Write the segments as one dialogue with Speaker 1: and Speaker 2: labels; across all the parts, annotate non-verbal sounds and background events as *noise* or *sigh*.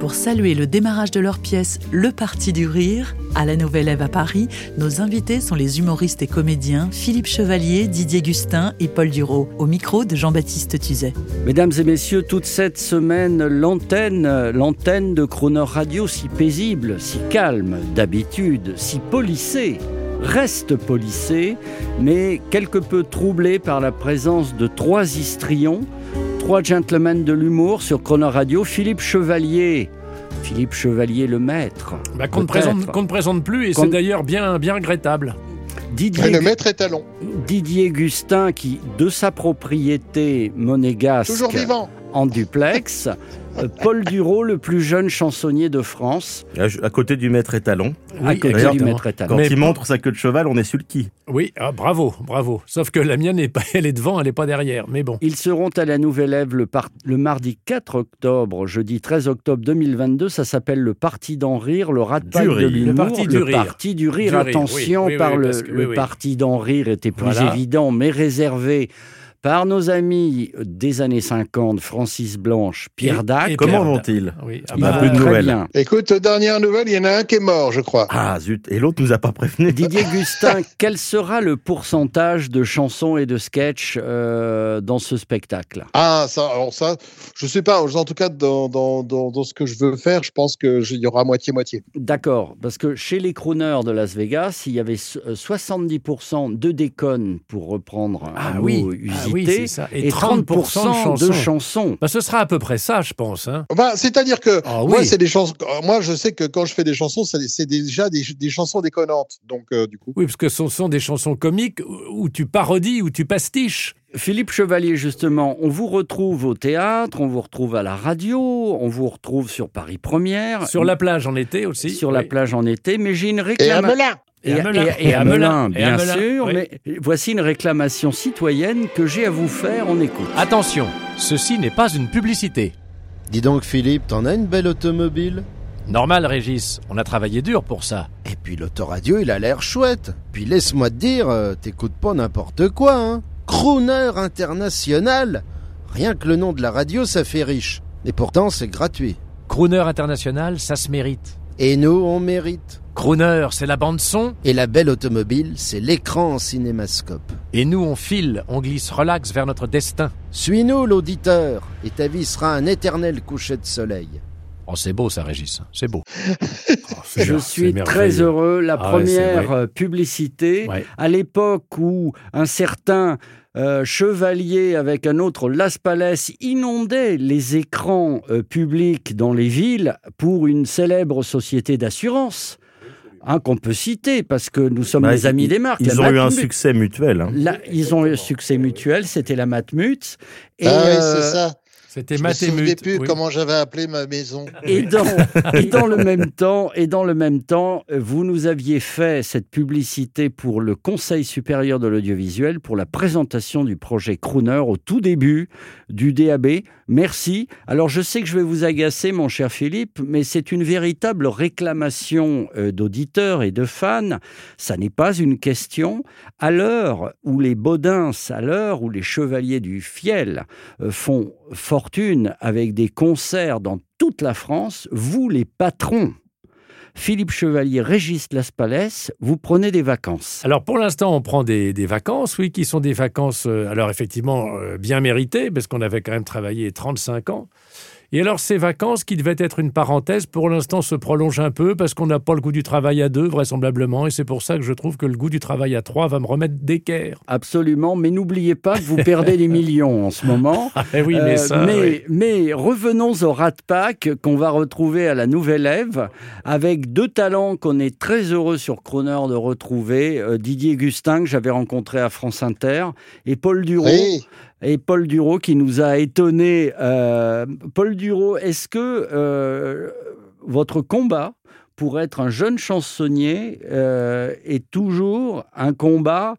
Speaker 1: Pour saluer le démarrage de leur pièce Le Parti du Rire, à la Nouvelle Ève à Paris, nos invités sont les humoristes et comédiens Philippe Chevalier, Didier Gustin et Paul Duro, au micro de Jean-Baptiste Tuzet.
Speaker 2: Mesdames et messieurs, toute cette semaine, l'antenne, l'antenne de Croner Radio, si paisible, si calme d'habitude, si polissée, reste polissée, mais quelque peu troublée par la présence de trois histrions, trois gentlemen de l'humour sur Croner Radio, Philippe Chevalier, Philippe Chevalier le maître,
Speaker 3: Bah, qu'on
Speaker 2: Peut-être.
Speaker 3: ne présente, qu'on ne présente plus, et
Speaker 2: Qu'on-
Speaker 3: c'est d'ailleurs bien, bien regrettable.
Speaker 2: Didier
Speaker 4: Et le maître étalon,
Speaker 2: Didier Gustin qui, de sa propriété monégasque,
Speaker 4: toujours vivant. *laughs*
Speaker 2: en duplex, euh, Paul Duro, le plus jeune chansonnier de France,
Speaker 5: À à côté du maître étalon.
Speaker 2: à côté du
Speaker 5: exactement.
Speaker 2: maître
Speaker 5: Quand
Speaker 2: étalon.
Speaker 3: Mais-
Speaker 5: il montre sa queue de cheval, on est sulky.
Speaker 3: Oui, ah, bravo, bravo. Sauf que la mienne, est pas, *laughs* elle est devant, elle n'est pas derrière. Mais bon.
Speaker 2: Ils seront à la Nouvelle Ève le, par- le mardi 4 octobre, jeudi 13 octobre 2022. Ça s'appelle le Parti d'en rire, le rat de paille
Speaker 5: rire.
Speaker 2: de l'humour.
Speaker 3: Le Parti du rire.
Speaker 2: Parti du rire.
Speaker 3: Du rire, oui,
Speaker 2: Attention,
Speaker 3: oui, oui,
Speaker 2: par le,
Speaker 3: parce que-
Speaker 2: le
Speaker 3: oui, oui.
Speaker 2: Parti d'en rire était plus
Speaker 3: Voilà.
Speaker 2: évident, mais réservé par nos amis euh, des années 50, Francis Blanche, Ah, Pierre
Speaker 3: Et-
Speaker 2: Dac.
Speaker 3: et
Speaker 5: Comment
Speaker 3: Pierre Dac.
Speaker 5: vont-ils
Speaker 3: Oui, ah
Speaker 5: Il
Speaker 2: Bah,
Speaker 5: a peu de
Speaker 2: très
Speaker 5: nouvelles.
Speaker 3: *laughs*
Speaker 2: bien.
Speaker 4: Écoute, aux dernières nouvelles, il y en a un qui est mort, je crois.
Speaker 5: Ah zut, et l'autre nous a pas prévenu.
Speaker 2: Didier Gustin, quel sera le pourcentage de chansons et de sketchs euh, dans ce spectacle
Speaker 4: Ah, ça, alors ça, je sais pas. En tout cas, dans, dans, dans, dans ce que je veux faire, je pense qu'il y aura moitié-moitié.
Speaker 2: D'accord, parce que chez les crooners de Las Vegas, il y avait so- euh, 70% de déconnes, pour reprendre un
Speaker 3: Ah
Speaker 2: mot
Speaker 3: oui,
Speaker 2: usité,
Speaker 3: ah oui, c'est ça. Et, 30%,
Speaker 2: de chansons.
Speaker 3: Bah, ce sera à peu près ça, je pense. hein.
Speaker 4: Bah, c'est-à-dire que
Speaker 3: Ah
Speaker 4: moi,
Speaker 3: oui.
Speaker 4: c'est des chansons. Moi, je sais que quand je fais des chansons, c'est c'est déjà des, des chansons déconnantes. Donc, euh, du coup,
Speaker 3: Oui, parce que ce sont des chansons comiques où où tu parodies, où tu pastiches.
Speaker 2: Philippe Chevalier, justement, on vous retrouve au théâtre, on vous retrouve à la radio, on vous retrouve sur Paris Première,
Speaker 3: Sur la plage en été aussi.
Speaker 2: Ah, sur la
Speaker 3: Oui.
Speaker 2: plage en été, mais j'ai une
Speaker 4: et à
Speaker 2: réclamation.
Speaker 4: Melun.
Speaker 3: Et à Melun.
Speaker 2: et à Melun,
Speaker 3: Et
Speaker 2: bien
Speaker 3: à Melun,
Speaker 2: sûr.
Speaker 3: oui.
Speaker 2: Mais voici une réclamation citoyenne que j'ai à vous faire. On écoute.
Speaker 3: Ah,
Speaker 6: Attention, ceci n'est pas une publicité.
Speaker 7: Dis donc Philippe, t'en as une belle automobile
Speaker 6: Normal, Régis, on a travaillé dur pour ça.
Speaker 7: Et puis l'autoradio, il a l'air chouette. Puis laisse-moi te dire, euh, t'écoutes pas n'importe quoi, hein. Crooner international Rien que le nom de la radio, ça fait riche. Et pourtant, c'est gratuit.
Speaker 6: Crooner international, ça se mérite.
Speaker 7: Et nous, on mérite.
Speaker 6: Crooner, c'est la bande-son.
Speaker 7: Et la belle automobile, c'est l'écran en cinémascope.
Speaker 6: Et nous, on file, on glisse relax vers notre destin.
Speaker 7: Suis-nous, l'auditeur, et ta vie sera un éternel coucher de soleil.
Speaker 6: Oh, c'est beau ça, Régis, c'est beau.
Speaker 3: Oh, c'est
Speaker 2: *laughs* Je
Speaker 3: bien,
Speaker 2: suis
Speaker 3: c'est
Speaker 2: très
Speaker 3: merveilleux.
Speaker 2: heureux. La
Speaker 3: Ah ouais, c'est
Speaker 2: première
Speaker 3: vrai.
Speaker 2: euh, publicité,
Speaker 3: Ouais.
Speaker 2: à l'époque où un certain euh, chevalier avec un autre Las Palais inondait les écrans euh, publics dans les villes pour une célèbre société d'assurance hein, qu'on peut citer parce que nous sommes
Speaker 5: Bah,
Speaker 2: les amis
Speaker 5: ils-
Speaker 2: des marques.
Speaker 5: Ils
Speaker 2: La
Speaker 5: ont eu un
Speaker 2: Matmut-
Speaker 5: succès mutuel. hein.
Speaker 2: la- ils ont eu un succès mutuel, c'était la Matmut. Et,
Speaker 4: ah oui,
Speaker 2: euh,
Speaker 4: c'est ça.
Speaker 3: C'était
Speaker 4: Je me souvenais
Speaker 3: Matémut.
Speaker 4: plus comment j'avais appelé ma maison.
Speaker 2: Et dans, et dans le même temps, et dans le même temps, vous nous aviez fait cette publicité pour le Conseil supérieur de l'audiovisuel pour la présentation du projet Crooner au tout début du DAB. Merci. Alors je sais que je vais vous agacer, mon cher Philippe, mais c'est une véritable réclamation euh, d'auditeurs et de fans. Ça n'est pas une question. À l'heure où les Baudins, à l'heure où les Chevaliers du Fiel euh, font fortune avec des concerts dans toute la France, vous les patrons, Philippe Chevalier, Régis Laspalès, vous prenez des vacances.
Speaker 3: Alors pour l'instant, on prend des, des vacances, oui, qui sont des vacances, euh, alors effectivement, euh, bien méritées, parce qu'on avait quand même travaillé 35 ans. Et alors ces vacances qui devaient être une parenthèse, pour l'instant se prolongent un peu, parce qu'on n'a pas le goût du travail à deux, vraisemblablement, et c'est pour ça que je trouve que le goût du travail à trois va me remettre d'équerre.
Speaker 2: Absolument, mais n'oubliez pas que vous perdez des millions en ce moment.
Speaker 3: Ah eh oui,
Speaker 2: Euh,
Speaker 3: mais ça...
Speaker 2: mais,
Speaker 3: oui.
Speaker 2: mais revenons au Rat Pack qu'on va retrouver à la Nouvelle Ève avec deux talents qu'on est très heureux sur Croner de retrouver euh, Didier Gustin que j'avais rencontré à France Inter et Paul Duro
Speaker 4: Oui.
Speaker 2: et Paul Duro qui nous a étonné. Paul Duro, est-ce que euh, votre combat pour être un jeune chansonnier euh, est toujours un combat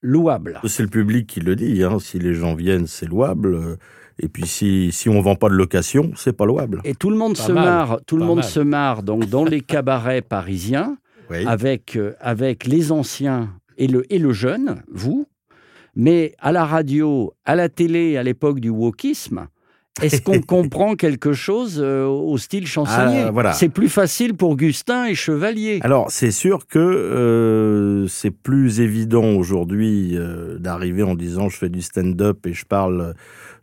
Speaker 2: louable.
Speaker 5: C'est le public qui le dit. hein. Si les gens viennent, c'est louable. Euh, Et puis si, si on vend pas de location, c'est pas louable.
Speaker 2: Et tout le monde
Speaker 5: Pas
Speaker 2: se
Speaker 5: mal,
Speaker 2: marre, tout le
Speaker 5: pas
Speaker 2: monde
Speaker 5: mal.
Speaker 2: se marre donc dans les cabarets parisiens avec euh, avec les anciens et le et le jeune, vous. Mais à la radio, à la télé, à l'époque du wokisme, est-ce qu'on
Speaker 5: *laughs*
Speaker 2: comprend quelque chose euh, au style chansonnier
Speaker 5: Ah, voilà. Ah,
Speaker 2: C'est plus facile pour Gustin et Chevalier.
Speaker 5: Alors, c'est sûr que euh, c'est plus évident aujourd'hui euh, d'arriver en disant je fais du stand-up et je parle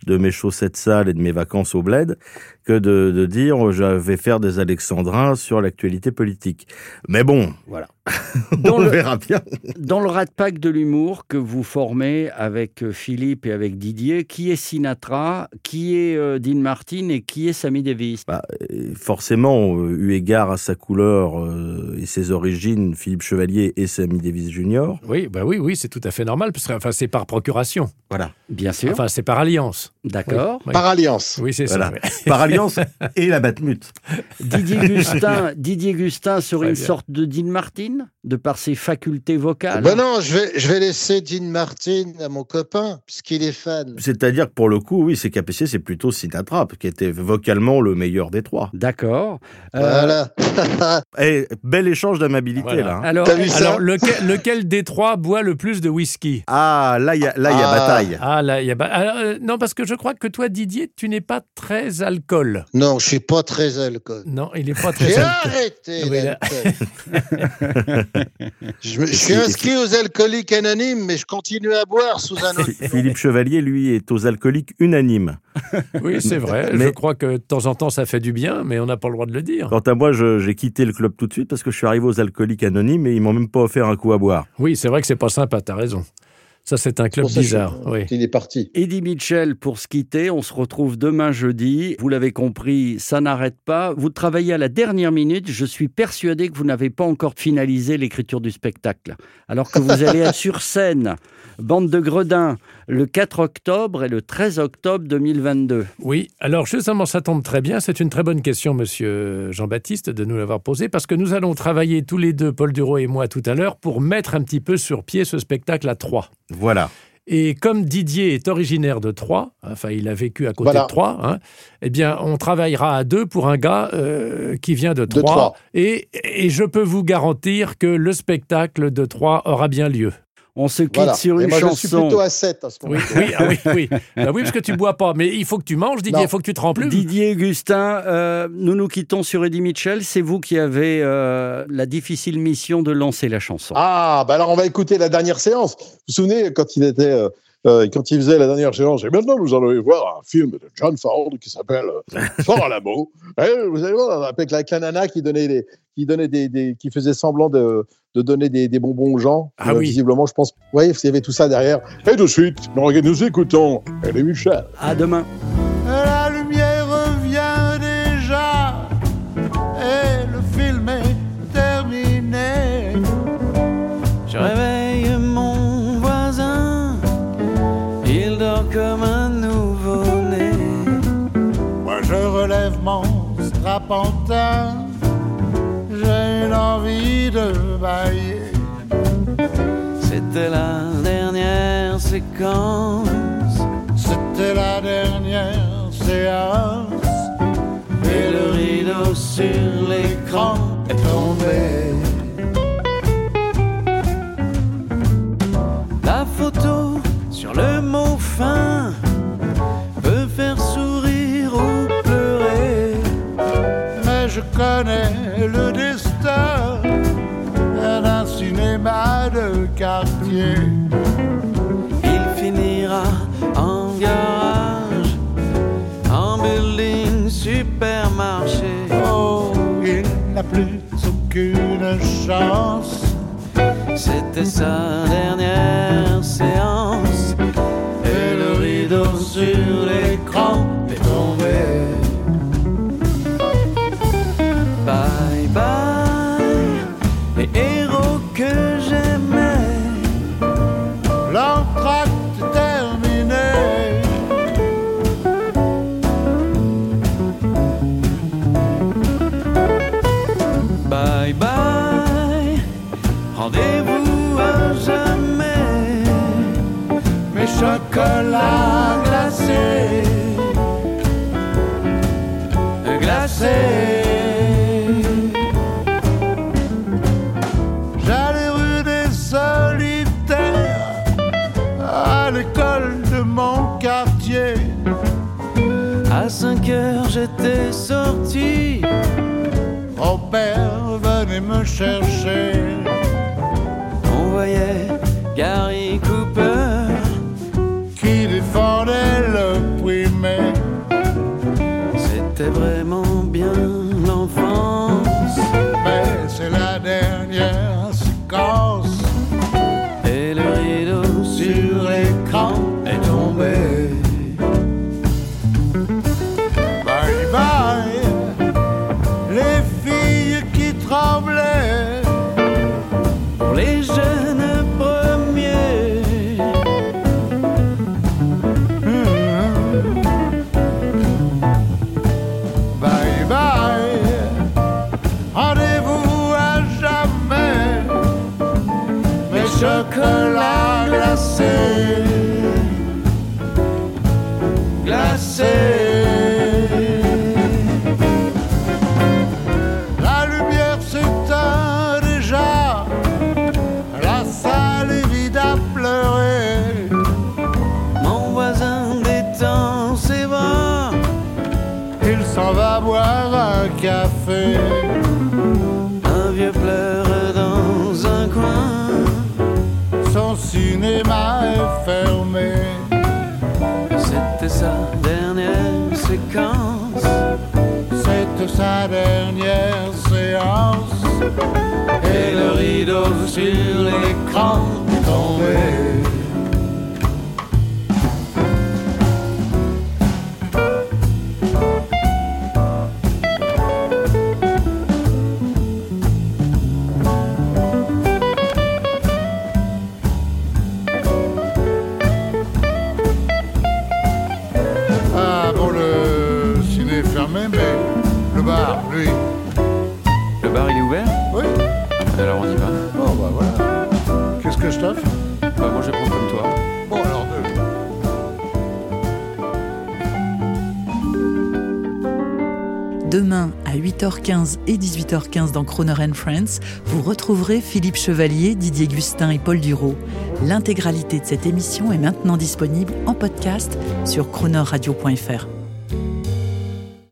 Speaker 5: de mes chaussettes sales et de mes vacances au bled que de, de dire je vais faire des alexandrins sur l'actualité politique. Mais bon,
Speaker 2: voilà.
Speaker 5: on verra bien.
Speaker 2: Dans le rat pack de l'humour que vous formez avec euh, Philippe et avec Didier, qui est Sinatra, qui est euh, Dean Martin et qui est Sammy Davis
Speaker 5: Et Bah, forcément, euh, eu égard à sa couleur euh, et ses origines, Philippe Chevalier et Sammy Davis Jr.
Speaker 3: Oui, bah oui, oui, c'est tout à fait normal, parce que enfin, c'est par procuration.
Speaker 5: Voilà.
Speaker 2: Bien sûr.
Speaker 3: Enfin, c'est par alliance.
Speaker 2: D'accord.
Speaker 3: Oui.
Speaker 4: Par alliance.
Speaker 3: Oui, c'est
Speaker 5: Voilà.
Speaker 3: ça.
Speaker 5: Par alliance et la batmute.
Speaker 3: *laughs*
Speaker 2: Didier Gustin, Didier Gustin serait
Speaker 3: Très
Speaker 2: une
Speaker 3: bien.
Speaker 2: sorte de Dean Martin, de par ses facultés vocales.
Speaker 4: Ben non, je vais, je vais laisser Dean Martin à mon copain, puisqu'il est fan.
Speaker 5: C'est-à-dire que pour le coup, oui, c'est KPC, c'est plutôt Sinatra, qui était vocalement le meilleur des trois.
Speaker 2: D'accord. Euh,
Speaker 4: Voilà.
Speaker 5: Eh, bel échange d'amabilité,
Speaker 3: Voilà.
Speaker 5: là. hein.
Speaker 2: Alors,
Speaker 4: T'as vu ça
Speaker 3: Alors, lequel, lequel des trois boit le plus de whisky
Speaker 5: Ah, là, il y a, là, il y a
Speaker 4: Ah.
Speaker 5: bataille.
Speaker 3: Ah là, il y a... ba- Alors, euh, non, parce que je crois que toi, Didier, tu n'es pas très alcool.
Speaker 4: Non, je suis pas très alcool.
Speaker 3: Non, il est pas très
Speaker 4: J'ai
Speaker 3: alcool.
Speaker 4: arrêté
Speaker 3: Oui, là.
Speaker 4: l'alcool. je, me- je suis inscrit aux alcooliques anonymes, mais je continue à boire sous un autre. nom.
Speaker 5: Philippe Chevalier, lui, est aux alcooliques unanimes.
Speaker 3: *laughs* Oui, c'est vrai. Je
Speaker 5: Mais-
Speaker 3: crois que de temps en temps, ça fait du bien, mais on n'a pas le droit de le dire.
Speaker 5: Quant à moi, je- j'ai quitté le club tout de suite parce que je suis arrivé aux alcooliques anonymes et ils m'ont même pas offert un coup à boire.
Speaker 3: Oui, c'est vrai que c'est pas sympa, t'as raison. Ça, c'est un club
Speaker 4: Pour ça, je-
Speaker 3: bizarre. Oui.
Speaker 4: Il est parti.
Speaker 2: Eddie Mitchell, pour se quitter, on se retrouve demain jeudi. Vous l'avez compris, ça n'arrête pas. Vous travaillez à la dernière minute. Je suis persuadé que vous n'avez pas encore finalisé l'écriture du spectacle. Alors que vous allez être sur scène, bande de gredins, le 4 octobre et le 13 octobre 2022.
Speaker 3: Oui, alors justement, ça tombe très bien. C'est une très bonne question, monsieur Jean-Baptiste, de nous l'avoir posée, parce que nous allons travailler tous les deux, Paul Duro et moi, tout à l'heure, pour mettre un petit peu sur pied ce spectacle à Troyes.
Speaker 5: Voilà.
Speaker 3: Et comme Didier est originaire de Troyes, enfin il a vécu à côté
Speaker 4: Voilà.
Speaker 3: de Troyes, hein, eh bien on travaillera à deux pour un gars euh, qui vient de Troyes.
Speaker 4: Troyes.
Speaker 3: Et, et je peux vous garantir que le spectacle de Troyes aura bien lieu.
Speaker 2: On se quitte
Speaker 4: Voilà.
Speaker 2: sur
Speaker 4: Et
Speaker 2: une
Speaker 4: moi,
Speaker 2: chanson.
Speaker 4: je suis plutôt à 7 à ce moment.
Speaker 3: Oui, *laughs* oui, ah oui, oui. Bah oui, parce que tu bois pas, mais il faut que tu manges, Didier,
Speaker 4: Non.
Speaker 3: il faut que tu te remplisses.
Speaker 2: Didier Gustin, euh, nous nous quittons sur Eddie Mitchell. C'est vous qui avez euh, la difficile mission de lancer la chanson.
Speaker 4: Ah, bah alors on va écouter la dernière séance. Vous vous souvenez quand il était, euh, euh, quand il faisait la dernière séance Et maintenant, vous allez voir un film de John Ford qui s'appelle euh,
Speaker 8: *laughs*
Speaker 4: Fort Alamo. Et Eh, vous allez voir avec la canana qui donnait des, qui donnait des, des- qui faisait semblant de, de donner des, des bonbons aux gens.
Speaker 3: Ah
Speaker 4: Euh,
Speaker 3: oui.
Speaker 4: Visiblement, je pense. Vous voyez, il y avait tout ça derrière. Et de suite, nous, nous écoutons. Elle est Michel.
Speaker 2: Ah, À demain.
Speaker 8: La lumière vient déjà et le film est terminé.
Speaker 6: Je réveille mon voisin, il dort comme un nouveau-né.
Speaker 8: Moi je relève mon strapantin, j'ai une envie de bailler.
Speaker 6: C'était la dernière séquence.
Speaker 8: C'était la dernière séance et le rideau sur l'écran est tombé.
Speaker 6: La photo sur le mot fin peut faire sourire ou pleurer.
Speaker 8: Mais je connais le destin d'un cinéma de quartier.
Speaker 6: Il finira en garage, en building supermarché.
Speaker 8: Oh, il n'a plus aucune chance.
Speaker 6: C'était sa dernière séance et le rideau sur l'écran est tombé. Bye bye, les héros que j'aimais.
Speaker 8: L'entracte terminé.
Speaker 6: Bye
Speaker 2: Rendez-vous à jamais, mes chocolats glacés, glacés.
Speaker 5: J'allais rue des solitaires à l'école de mon quartier.
Speaker 2: À 5 heures j'étais sorti,
Speaker 5: Robert venait me chercher.
Speaker 2: on voyait Gary Cooper.
Speaker 5: qui défendait le primaire.
Speaker 2: C'était vraiment bien l'enfance
Speaker 5: Mais c'est la dernière séquence
Speaker 2: et le rideau sur l'écran est tombé.
Speaker 5: Bye bye Les filles qui tremblaient
Speaker 2: Pour les jeunes premiers,
Speaker 5: Bye bye Rendez-vous à jamais Mes chocolats glacés Glacés La lumière s'éteint déjà La salle est vide à pleurer
Speaker 2: mon voisin détend ses bras.
Speaker 5: Il s'en va boire un café
Speaker 2: Un vieux pleure dans un coin.
Speaker 5: Son cinéma est fermé
Speaker 2: C'était sa dernière séquence.
Speaker 5: C'était sa dernière séance
Speaker 2: Et le rideau sur l'écran est tombé.
Speaker 5: Ah bon, le ciné est fermé, mais le bar, lui.
Speaker 4: Le bar, il est ouvert
Speaker 5: Oui,
Speaker 4: Alors on y va.
Speaker 5: bon, bah voilà. Qu'est-ce que je t'offre
Speaker 4: Bah, moi, je vais prendre comme toi.
Speaker 5: Bon, alors deux.
Speaker 1: Demain, à 8h15 et 18h15 dans Croner and Friends, vous retrouverez Philippe Chevalier, Didier Gustin et Paul Duro. L'intégralité de cette émission est maintenant disponible en podcast sur cronerradio.fr.